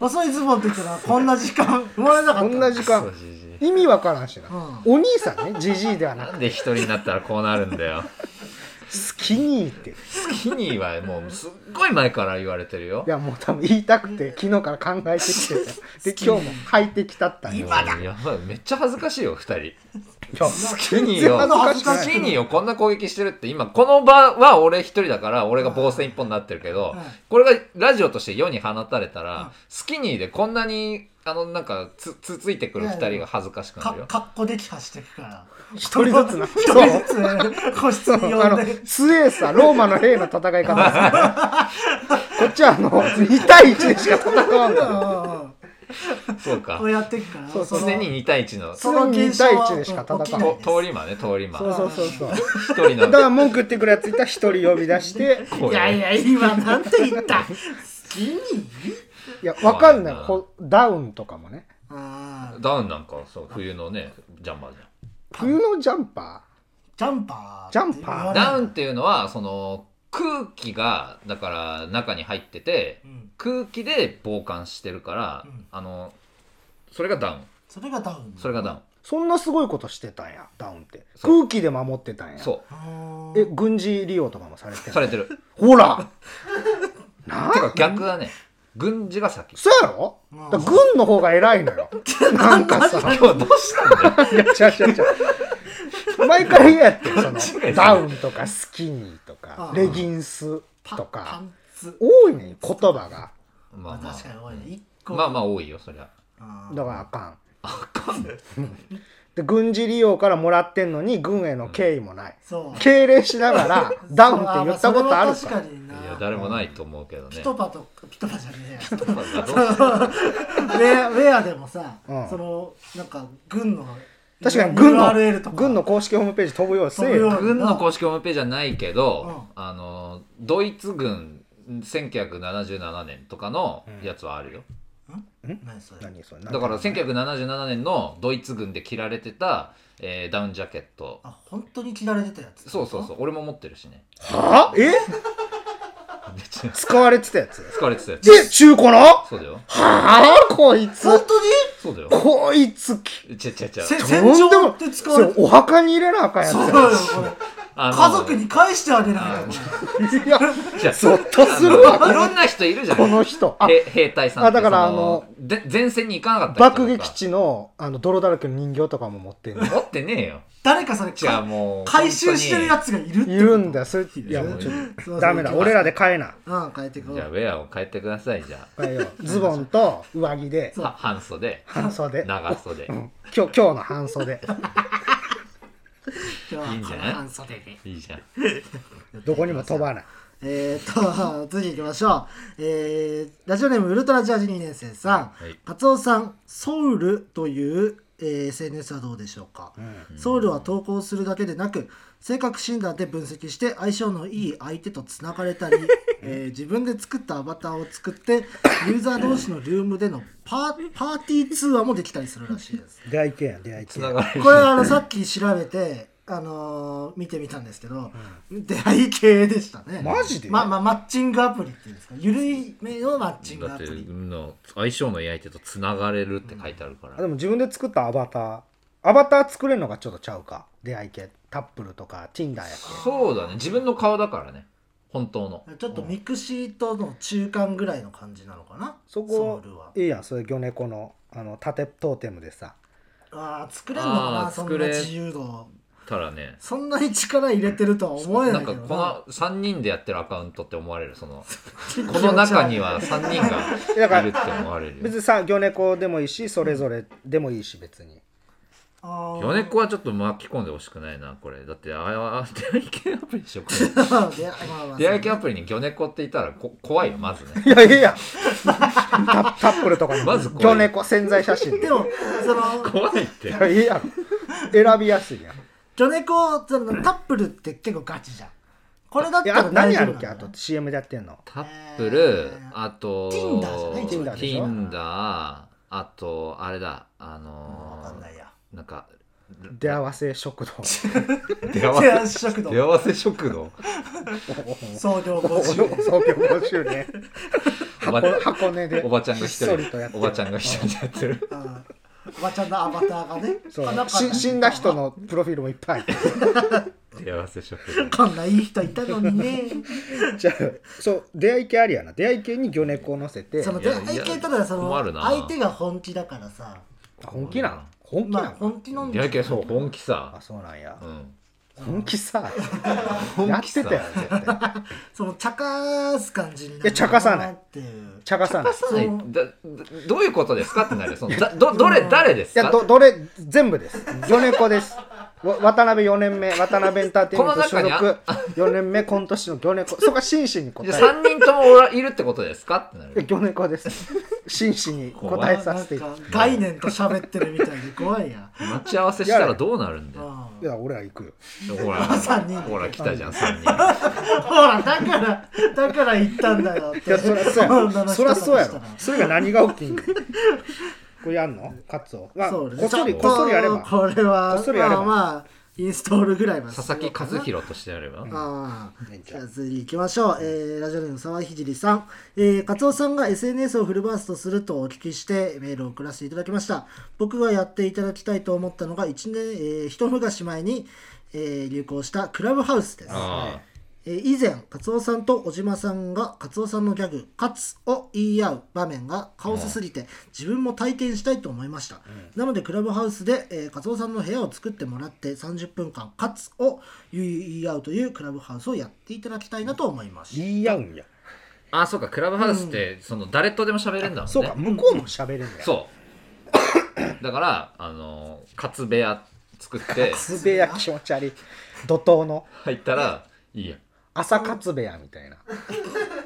Speaker 3: 細いズボンって言ったらこんな時間生まれなか
Speaker 2: こ
Speaker 3: っ
Speaker 2: んな
Speaker 3: た
Speaker 2: 時
Speaker 1: ク
Speaker 2: 間
Speaker 1: ソじじい
Speaker 2: 意味わからんしな、
Speaker 3: う
Speaker 2: お兄さんねじじいではな
Speaker 1: な
Speaker 2: く
Speaker 1: んで一人になったらこうなるんだよ
Speaker 2: スキニーってい
Speaker 1: スキニーはもうすっごい前から言われてるよ
Speaker 2: やもう多分言いたくて昨日から考えてきてたで今日も履いてきたったんよ
Speaker 3: 今だ
Speaker 1: もうやばいめっちゃ恥ずかしいよ二人
Speaker 2: ス
Speaker 1: スキ
Speaker 3: 全
Speaker 1: ニー
Speaker 3: 然
Speaker 1: を
Speaker 3: 恥ずか
Speaker 1: ス
Speaker 3: しい
Speaker 1: キニーをこんな攻撃してるって今この場は俺一人だから俺が防戦一本になってるけど
Speaker 3: うん
Speaker 1: これがラジオとして世に放たれた
Speaker 3: うん
Speaker 1: らスキニーでこんなにあのなんかつつついてくる二人が恥ずかしくな
Speaker 3: か
Speaker 1: るよ
Speaker 3: かっこできはしてくから
Speaker 2: 一人ずつ な
Speaker 3: 一人ずつね個室に
Speaker 2: あ
Speaker 3: 呼ん
Speaker 2: の
Speaker 3: で
Speaker 2: 強えさローマの兵の戦い方 ですこっちはあの2対1でしか戦わんから
Speaker 1: そうか
Speaker 3: こうやっていくから
Speaker 2: そうそう
Speaker 3: の
Speaker 1: 常に2対1の
Speaker 3: その現象は
Speaker 2: 常に二対一でしか戦わない
Speaker 3: 起きない
Speaker 1: と
Speaker 3: です
Speaker 1: 通り魔ね通り魔
Speaker 2: そうそうそうそう
Speaker 1: 一人
Speaker 2: だか
Speaker 1: の
Speaker 2: ら文句言ってくるやついたら一人呼び出して
Speaker 1: 声
Speaker 3: いやいや今なんて言 った好きに
Speaker 2: いやわかんないこうダウンとかもね
Speaker 3: あー
Speaker 1: ダウンなんかそう冬のねジャンバーじゃん
Speaker 2: 冬のジャンパ
Speaker 3: ジャンパー
Speaker 2: ジャンパー
Speaker 1: ダウンっていうのはその空気がだから中に入ってて
Speaker 3: うん
Speaker 1: 空気で防寒してるから、
Speaker 3: うん
Speaker 1: あのそれがダウン
Speaker 3: それがダウン
Speaker 1: それがダウン、
Speaker 2: ーそんなすごいことしてたんやダウンって
Speaker 1: そう
Speaker 2: 空気で守ってたんや
Speaker 1: そ
Speaker 3: あ
Speaker 2: え
Speaker 3: ー
Speaker 2: 軍事利用とかもされて
Speaker 1: う
Speaker 2: る
Speaker 1: され てる
Speaker 2: ほらな
Speaker 1: て
Speaker 2: あ
Speaker 1: か逆だね軍事が 先
Speaker 2: そうやろ
Speaker 3: うん
Speaker 2: だから軍の方が偉い のよなんかさ
Speaker 1: 今日どうしたんだよ
Speaker 2: いや違う違う違う毎回嫌 やってその
Speaker 1: 違う違う
Speaker 2: ダウンとかスキニーと
Speaker 3: あ
Speaker 2: か
Speaker 3: あ
Speaker 2: レギンス
Speaker 3: パ
Speaker 2: と
Speaker 3: パ
Speaker 2: か
Speaker 3: ンツ
Speaker 2: 多いねん言葉が
Speaker 3: ま
Speaker 1: まあ
Speaker 3: あ
Speaker 1: ま
Speaker 3: 確かに
Speaker 1: あ
Speaker 3: 多いね一個
Speaker 1: まあまあ多いよそりゃ
Speaker 3: あー
Speaker 2: だからあかん
Speaker 1: あかん
Speaker 2: で軍事利用からもらってんのに軍への敬意もない
Speaker 3: そう
Speaker 2: 敬礼しなが らダウンって言ったことある
Speaker 3: そ
Speaker 2: か
Speaker 3: れは確かにない
Speaker 1: や誰もないと思うけどね
Speaker 3: ピトパとピトパじゃねえや
Speaker 1: どうした
Speaker 3: ウェアウェアでもさ、
Speaker 2: うん
Speaker 3: そのなんか軍の
Speaker 2: 確かに軍の
Speaker 3: URL とか
Speaker 2: 軍の公式ホームページ飛ぶようです
Speaker 3: 飛ぶよう
Speaker 1: 軍の公式ホームページじゃないけど、
Speaker 3: う
Speaker 1: あのドイツ軍1977年とかのやつはあるよ、
Speaker 3: 何それ
Speaker 2: 何それ
Speaker 1: だから1977年のドイツ軍で着られてた、えーダウンジャケット
Speaker 3: あ本当に着られてたやつ
Speaker 1: そうそうそ
Speaker 3: う
Speaker 1: う俺も持ってるしね
Speaker 2: はあえ
Speaker 1: 別に
Speaker 2: 使われてたやつ
Speaker 1: 疲れてたやつ
Speaker 2: で中古のは
Speaker 1: そうだよ
Speaker 2: あこいつ
Speaker 3: 本当に
Speaker 1: そうだよ
Speaker 2: こいつき
Speaker 1: ちゃちゃちゃ
Speaker 3: せ
Speaker 2: とんで
Speaker 3: 戦
Speaker 2: も
Speaker 3: 場って使わ
Speaker 2: そ
Speaker 3: れ
Speaker 2: れ
Speaker 3: て
Speaker 2: お墓に入れなあかんやつ
Speaker 3: そう
Speaker 2: や
Speaker 3: よこれ
Speaker 1: あの
Speaker 3: 家族に返してあげないと
Speaker 2: いや
Speaker 1: いや
Speaker 2: ゾッとする
Speaker 1: あのいろんな人いるじゃん
Speaker 2: この人あ
Speaker 1: へ兵隊さんって
Speaker 2: あだから
Speaker 1: そで前線に行かなかった人
Speaker 2: 爆
Speaker 1: とか
Speaker 2: 撃地のあの泥だらけの人形とかも持ってんの
Speaker 1: 持ってねえよ
Speaker 3: 誰かそれ
Speaker 1: じゃあもう
Speaker 3: 回収してるやつがいるって
Speaker 2: いるんだよそれい
Speaker 1: いや
Speaker 2: やもうちょっ
Speaker 3: すいませ
Speaker 2: と
Speaker 3: ん
Speaker 2: ダメだ俺らで買えな
Speaker 3: うん変えてこ
Speaker 1: じゃあウ
Speaker 3: う
Speaker 1: ェアを変えてくださいじゃ
Speaker 2: 買えようズボンと上着で
Speaker 1: あは半袖
Speaker 2: 半袖
Speaker 1: 長袖
Speaker 2: うん今日今日の半袖
Speaker 3: 今日はい
Speaker 1: いんじゃな
Speaker 3: こ
Speaker 1: い
Speaker 3: の半袖で
Speaker 1: いいじゃん
Speaker 2: どこにも飛ばない
Speaker 3: えーっと 次行きましょう、えー、ラジオネームウルトラジャージ2年生さん、
Speaker 1: はい
Speaker 3: カツオさんソウルという、えー SNS はどうでしょうか、ソウルは投稿するだけでなく性格診断で分析して相性のいい相手とつながれ たり、えー自分で作ったアバターを作ってユーザー同士のルームでのパーパーティー通話もできたりするらしいです
Speaker 2: 出会い系やん出会い系
Speaker 1: つながれ る
Speaker 3: これあのさっき調べて、あのー見てみたんですけど、 出会い系でしたね
Speaker 2: マジで
Speaker 3: ままマッチングアプリっていうんですかゆるい目のマッチング
Speaker 1: だ
Speaker 3: ア
Speaker 1: っ
Speaker 3: プ
Speaker 1: て
Speaker 3: リ
Speaker 1: の相性のいい相手とつながれるって書いてあるから、
Speaker 2: あでも自分で作ったアバターアバター作れるのがちょっとちゃうか出会い系タップルとか Tinder やっ
Speaker 1: そうだね自分の顔だからね本当の
Speaker 3: ちょっとミクシーとの中間ぐらいの感じなのかな
Speaker 2: そ
Speaker 3: ソ
Speaker 2: こ
Speaker 3: ウルはい
Speaker 2: いやんそれ魚猫のあの盾トーテムでさ
Speaker 3: あー作れんのかな
Speaker 1: あー
Speaker 3: そんな
Speaker 1: 作れ
Speaker 3: 自由度
Speaker 1: たらね
Speaker 3: そんなに力入れてるとは思えな
Speaker 1: な
Speaker 3: い
Speaker 1: ん
Speaker 3: け
Speaker 1: か
Speaker 3: ど
Speaker 1: この3人でやってるアカウントって思われるそ のこの中には3人
Speaker 2: だか
Speaker 1: がいるって思われる
Speaker 2: 別にさ魚猫でもいいしそれぞれでもいいし別に
Speaker 1: ヨ
Speaker 3: 米
Speaker 1: ネ コはちょっと巻き込んでほしくないなこれだってああ出会い系アプリでしょこれ 出会い系アプリに魚猫っていたらこ怖いよまずね
Speaker 2: いやいやいやタタップルとかに
Speaker 1: まずこれ
Speaker 2: 魚猫潜在写真で
Speaker 3: でもその
Speaker 1: 怖いって
Speaker 2: いやいいやろ選びやすいやん
Speaker 3: ジョネコそのタップルって結構ガチじゃんこれだっ
Speaker 2: い
Speaker 3: た
Speaker 2: や
Speaker 3: ら
Speaker 2: あ何
Speaker 3: 大丈
Speaker 2: や
Speaker 3: 夫
Speaker 2: る
Speaker 3: なん
Speaker 2: っけ
Speaker 3: だ
Speaker 2: あと CM でやってんの
Speaker 1: タップ
Speaker 3: え
Speaker 1: ル
Speaker 3: ー
Speaker 1: あと
Speaker 3: Tinder じゃない
Speaker 2: Tinder でしょ
Speaker 1: Tinder あとあれだあの
Speaker 3: わ
Speaker 1: ー
Speaker 3: かんないや
Speaker 1: なんか
Speaker 2: 出会わせ食堂
Speaker 1: 出会わ
Speaker 3: 手足
Speaker 1: せ
Speaker 3: 食堂
Speaker 1: 出会わせ食堂
Speaker 3: 創業
Speaker 2: おお
Speaker 3: 50年
Speaker 2: 創業5周年
Speaker 1: おば
Speaker 2: この箱根で
Speaker 1: おばちゃんが一
Speaker 2: ひっそりとやっ
Speaker 1: 人
Speaker 2: て
Speaker 1: お
Speaker 2: る
Speaker 1: ばちゃんが一人でやってる
Speaker 3: うんおばちゃんのアバターがね
Speaker 2: そうし死んだ人のプロフィールもいっぱい 入ってる
Speaker 1: 出会わせ食
Speaker 3: こんないい人いたのに ね
Speaker 2: じゃあそう出会い系ありやな出会い系に魚猫を乗せて
Speaker 3: その
Speaker 1: いや
Speaker 3: 出
Speaker 1: いや
Speaker 3: 会い系ただそ
Speaker 1: 困
Speaker 3: の
Speaker 1: るな
Speaker 3: 相手が本気だからさ
Speaker 2: あ本気なの本気
Speaker 3: ま
Speaker 2: な
Speaker 3: あ
Speaker 2: の、
Speaker 3: 本気なん
Speaker 1: 堂
Speaker 3: で
Speaker 1: 出
Speaker 3: す
Speaker 1: 会
Speaker 3: よ
Speaker 1: い系そう本気
Speaker 2: あ
Speaker 1: さ
Speaker 2: そうなんや
Speaker 1: う、ん
Speaker 2: 本気さや
Speaker 1: 本
Speaker 2: っ
Speaker 1: 気
Speaker 2: てた
Speaker 1: さ
Speaker 2: よ絶対
Speaker 3: その茶化す感じになる
Speaker 2: いや茶化さない
Speaker 3: っていう
Speaker 2: 茶化 さない
Speaker 1: は
Speaker 3: そ
Speaker 1: いうだだどういうことですかってなるよそのだどどれ誰です
Speaker 2: いや
Speaker 1: か
Speaker 2: どどれ全部です魚猫です わ渡辺4年目渡辺エンターテインメント所
Speaker 1: この中に
Speaker 2: 属4年目今年の 魚猫そこは真摯に答
Speaker 1: じゃ
Speaker 2: え
Speaker 1: あ
Speaker 2: る
Speaker 1: 3人ともおらいるってことですかってなる
Speaker 2: いや魚猫です真摯に答えさせていただきます
Speaker 3: なんか概念と喋ってるみたいで怖いや。
Speaker 1: 待ち合わせしたらどうなるんだよ
Speaker 2: いや、俺は行くよ。
Speaker 1: ほら
Speaker 3: 三人
Speaker 1: ほら来たじゃん3人
Speaker 3: ほらだからだから言ったんだよっ
Speaker 2: い
Speaker 3: て
Speaker 2: や、そりゃそうやろ。そりゃそう
Speaker 3: 女の人から
Speaker 2: やろ
Speaker 3: したら。
Speaker 2: それが何が起きんの これやんのカツオ。まあ、
Speaker 3: そう
Speaker 2: こ
Speaker 3: です
Speaker 2: っそり、
Speaker 3: ちゃん
Speaker 2: ことっそりやれば。
Speaker 3: これは
Speaker 2: こっそりやれば
Speaker 3: まあまあインストールぐらいは
Speaker 1: 佐々木和弘としてやれば
Speaker 3: ああ
Speaker 2: いいんち
Speaker 3: じ
Speaker 2: ゃう
Speaker 3: ゃあ次行きましょう、えーラジオネーム沢井ひじりさん、えー、カツオさんが SNS をフルバーストするとお聞きしてメールを送らせていただきました僕がやっていただきたいと思ったのが一年、えー、一昔前に、えー流行したクラブハウスです
Speaker 1: あ
Speaker 3: えー以前カツオさんと小島さんがカツオさんのギャグ「カツ」を言い合う場面がカオスすぎて自分も体験したいと思いました、なのでクラブハウスで、えーカツオさんの部屋を作ってもらって30分間「カツ」を言い合うというクラブハウスをやっていただきたいなと思いました
Speaker 2: 言い合うんや。
Speaker 1: ああそうかクラブハウスってその誰とでも喋れるんだもんね
Speaker 2: そうか、向こうも喋れんや。
Speaker 1: そうだからあのカツ部屋作って
Speaker 2: つべや気持ち悪い。怒涛の
Speaker 1: 入ったらい いや
Speaker 2: 朝カツベやみたいな。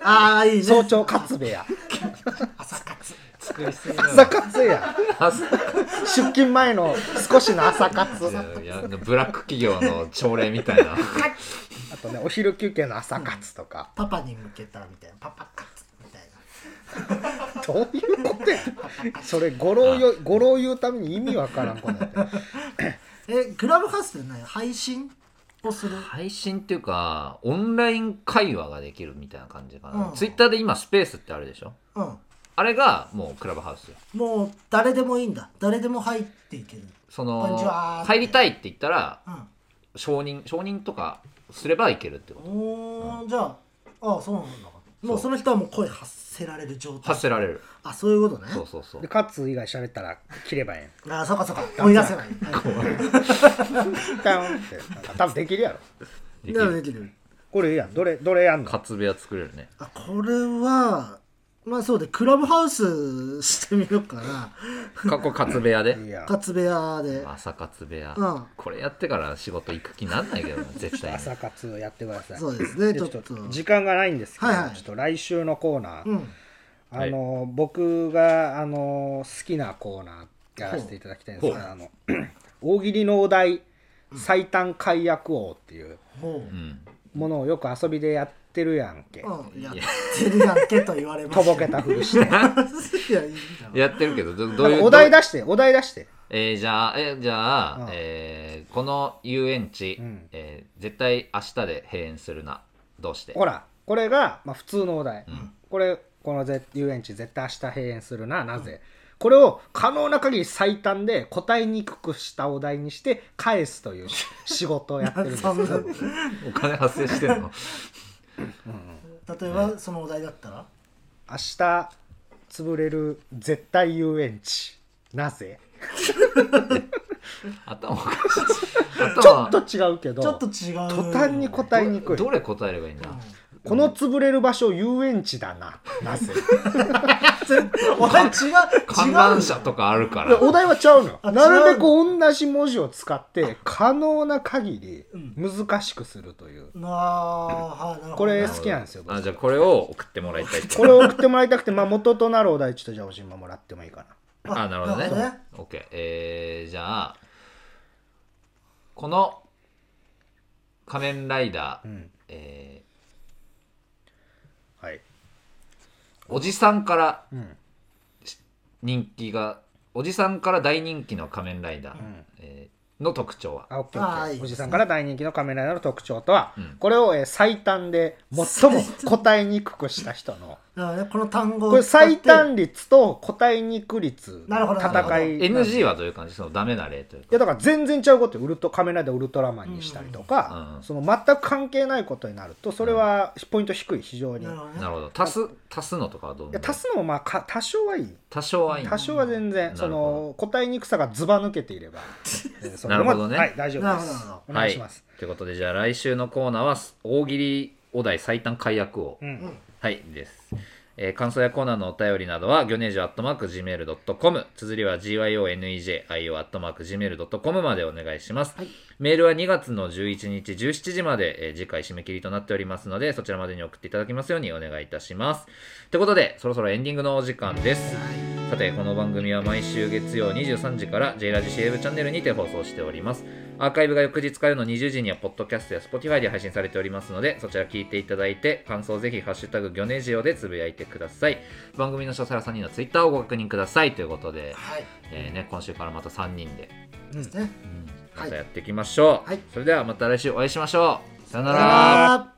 Speaker 3: ああいいね
Speaker 2: 早朝カツベや。
Speaker 3: 朝カツ
Speaker 1: 作食いすぎ
Speaker 2: 朝
Speaker 1: だよ
Speaker 2: 活や
Speaker 1: 朝
Speaker 2: 出勤前の少しの朝活
Speaker 1: いやいやブラック企業の朝礼みたいな
Speaker 2: あとねお昼休憩の朝活とか
Speaker 3: パパに向けたみたいなパパカツみたい
Speaker 2: どういうことやそれ語呂よ語呂を言うために意味わからんことやって
Speaker 3: なえクラブハウスってね配信をする
Speaker 1: 配信っていうかオンライン会話ができるみたいな感じかな、
Speaker 3: うん
Speaker 1: ツイッターで今スペースってあるでしょ
Speaker 3: うん
Speaker 1: あれがもうクラブハウスよ
Speaker 3: もう誰でもいいんだ誰でも入っていける
Speaker 1: そ
Speaker 3: こんにち
Speaker 1: の
Speaker 3: は
Speaker 1: 入りたいって言ったら
Speaker 3: うん
Speaker 1: 承認承認とかすればいけるってこと
Speaker 3: おーじゃあああそうなんだもう
Speaker 1: そ
Speaker 3: その人はもう声発せられる状態
Speaker 1: 発せられる
Speaker 3: あそういうことね
Speaker 1: そうそうそう
Speaker 2: でカツ以外喋ったら切ればえ
Speaker 3: あそうかそうか思い出せ ない
Speaker 2: えんピカンってなんか多分できるやろ
Speaker 1: でき
Speaker 3: でも
Speaker 1: る
Speaker 3: できる
Speaker 2: これいいやんどれどれやんの
Speaker 1: 活部屋作れるね
Speaker 3: あこれはまあそうでクラブハウスしてみようか な
Speaker 1: 過去活部屋で
Speaker 2: いいやん
Speaker 3: 活部屋で
Speaker 1: 朝活部屋、
Speaker 3: うん
Speaker 1: これやってから仕事行く気なんないけどな絶対に
Speaker 2: 朝活やってください
Speaker 3: そうですね
Speaker 2: で
Speaker 3: ち
Speaker 2: ち
Speaker 3: ょ
Speaker 2: ょ
Speaker 3: っ
Speaker 2: っ
Speaker 3: と
Speaker 2: と時間がないんですけど、
Speaker 3: はいはい
Speaker 2: ちょっと来週のコーナー、
Speaker 3: うん
Speaker 2: あの僕があの好きなコーナーやらせていただきたいんですけど
Speaker 1: ほ
Speaker 2: あの 大喜利のお題最短解約王っていう
Speaker 3: ほ
Speaker 1: うん
Speaker 2: ものをよく遊びでやってるやんけ、
Speaker 3: う、うん、やってるやんけと言われま
Speaker 2: と
Speaker 3: す
Speaker 2: ぼけたふりして
Speaker 3: いやいいんだ
Speaker 1: やってるけどどどういう
Speaker 2: お題
Speaker 1: だ
Speaker 2: 出してお題出して
Speaker 1: えー、じゃあ、えーじゃあ、
Speaker 2: うん
Speaker 1: えーこの遊園地、
Speaker 2: うん
Speaker 1: えー絶対明日で閉園するなどうして
Speaker 2: ほらこれが、まあ、普通のお題、
Speaker 1: ん
Speaker 2: これこのぜ遊園地絶対明日閉園するななぜ、これを可能な限り最短で答えにくくしたお題にして返す というし仕事をやってるんですけ
Speaker 3: そ
Speaker 2: ど
Speaker 3: んな
Speaker 1: お金発生してん の
Speaker 3: 例えばそのお題だったら
Speaker 2: 明日潰れる絶対遊園地なぜ
Speaker 1: 頭おかしい頭
Speaker 2: ちょっと違うけど
Speaker 3: ちょっと違う
Speaker 2: 途端に答えにくい
Speaker 1: どれ答えればいいんだ、
Speaker 2: この潰れる場所遊園地だななぜ
Speaker 3: お題違う違
Speaker 1: 観
Speaker 3: う
Speaker 1: 覧車とかあるか
Speaker 2: で
Speaker 1: ら
Speaker 2: お題はちゃうの
Speaker 3: あ
Speaker 2: よなるべく
Speaker 3: 違
Speaker 2: 同じ文字を使って可能な限り難しくするという
Speaker 3: なあはいなるほどね
Speaker 2: これ好きなんですよ
Speaker 1: あ
Speaker 2: 僕
Speaker 1: じゃあこれを送ってもらいたいって
Speaker 2: これを送ってもらいたくてまあ元となるお題ちょっとじゃあおしんまもらってもいいか
Speaker 1: あなるほどね
Speaker 3: なる
Speaker 1: OK えー、じゃあこの仮面ライダー、
Speaker 2: なうん
Speaker 1: え
Speaker 2: はい
Speaker 1: ーおじさんから
Speaker 2: うん
Speaker 1: 人気がおじさんから大人気の仮面ライダー、
Speaker 2: ん
Speaker 1: えーの特徴は
Speaker 2: あオッケーオッケー
Speaker 3: あーいいですね
Speaker 2: おじさんから大人気のカメライダーの特徴とは、
Speaker 1: うん
Speaker 2: これを、えー最短で最も答えにくくした人の
Speaker 3: だからねこの単語を
Speaker 2: これ
Speaker 3: 使って
Speaker 2: 最短率と答えにく率
Speaker 3: なる
Speaker 2: の
Speaker 3: ほど
Speaker 2: 戦い
Speaker 1: NG はどういう感じそのダメな例という
Speaker 2: いや
Speaker 1: か
Speaker 2: だから全然ちゃうことよウルト仮面ライダーウルトラマンにしたりと
Speaker 1: うん
Speaker 2: か、
Speaker 1: うん
Speaker 2: その全く関係ないことになるとそれはポイント低い非常に、
Speaker 3: ないるほどね
Speaker 1: なるほど足す足すのとかはどう
Speaker 2: や足すのもまあか多少はいい
Speaker 1: 多少はいいの
Speaker 2: 多少は全
Speaker 1: う
Speaker 2: 然
Speaker 1: ん
Speaker 2: そ
Speaker 1: なるほ
Speaker 2: の答えにくさがずば抜けていればえーそれでも
Speaker 1: なるほどね
Speaker 2: はい大丈夫で
Speaker 3: なるほどなる
Speaker 2: す
Speaker 3: ほ
Speaker 2: お願いします、
Speaker 1: はい、ということでじゃあ来週のコーナーは大喜利お題最短解約を、
Speaker 2: うん
Speaker 1: はいです、えー感想やコーナーのお便りなどはギョネージョアットマーク Gmail.com 綴りは GYONEJIO アットマーク Gmail.com までお願いします、メールは2月の11日17時まで、えー次回締め切りとなっておりますのでそちらまでに送っていただきますようにお願いいたしますということでそろそろエンディングのお時間ですさてこの番組は毎週月曜23時から J ラジ c ブチャンネルにて放送しておりますアーカイブが翌日からの20時にはポッドキャストや Spotify で配信されておりますのでそちら聞いていただいて感想をぜひ「ハッシュタグギョネジオ」でつぶやいてください番組の詳細は3人の Twitter をご確認くださいということで、
Speaker 3: はい
Speaker 1: えーね、今週からまた3人で、
Speaker 3: ですね
Speaker 1: またやっていきましょう、
Speaker 3: はい
Speaker 1: それではまた来週お会いしましょうさよなら
Speaker 3: さよなら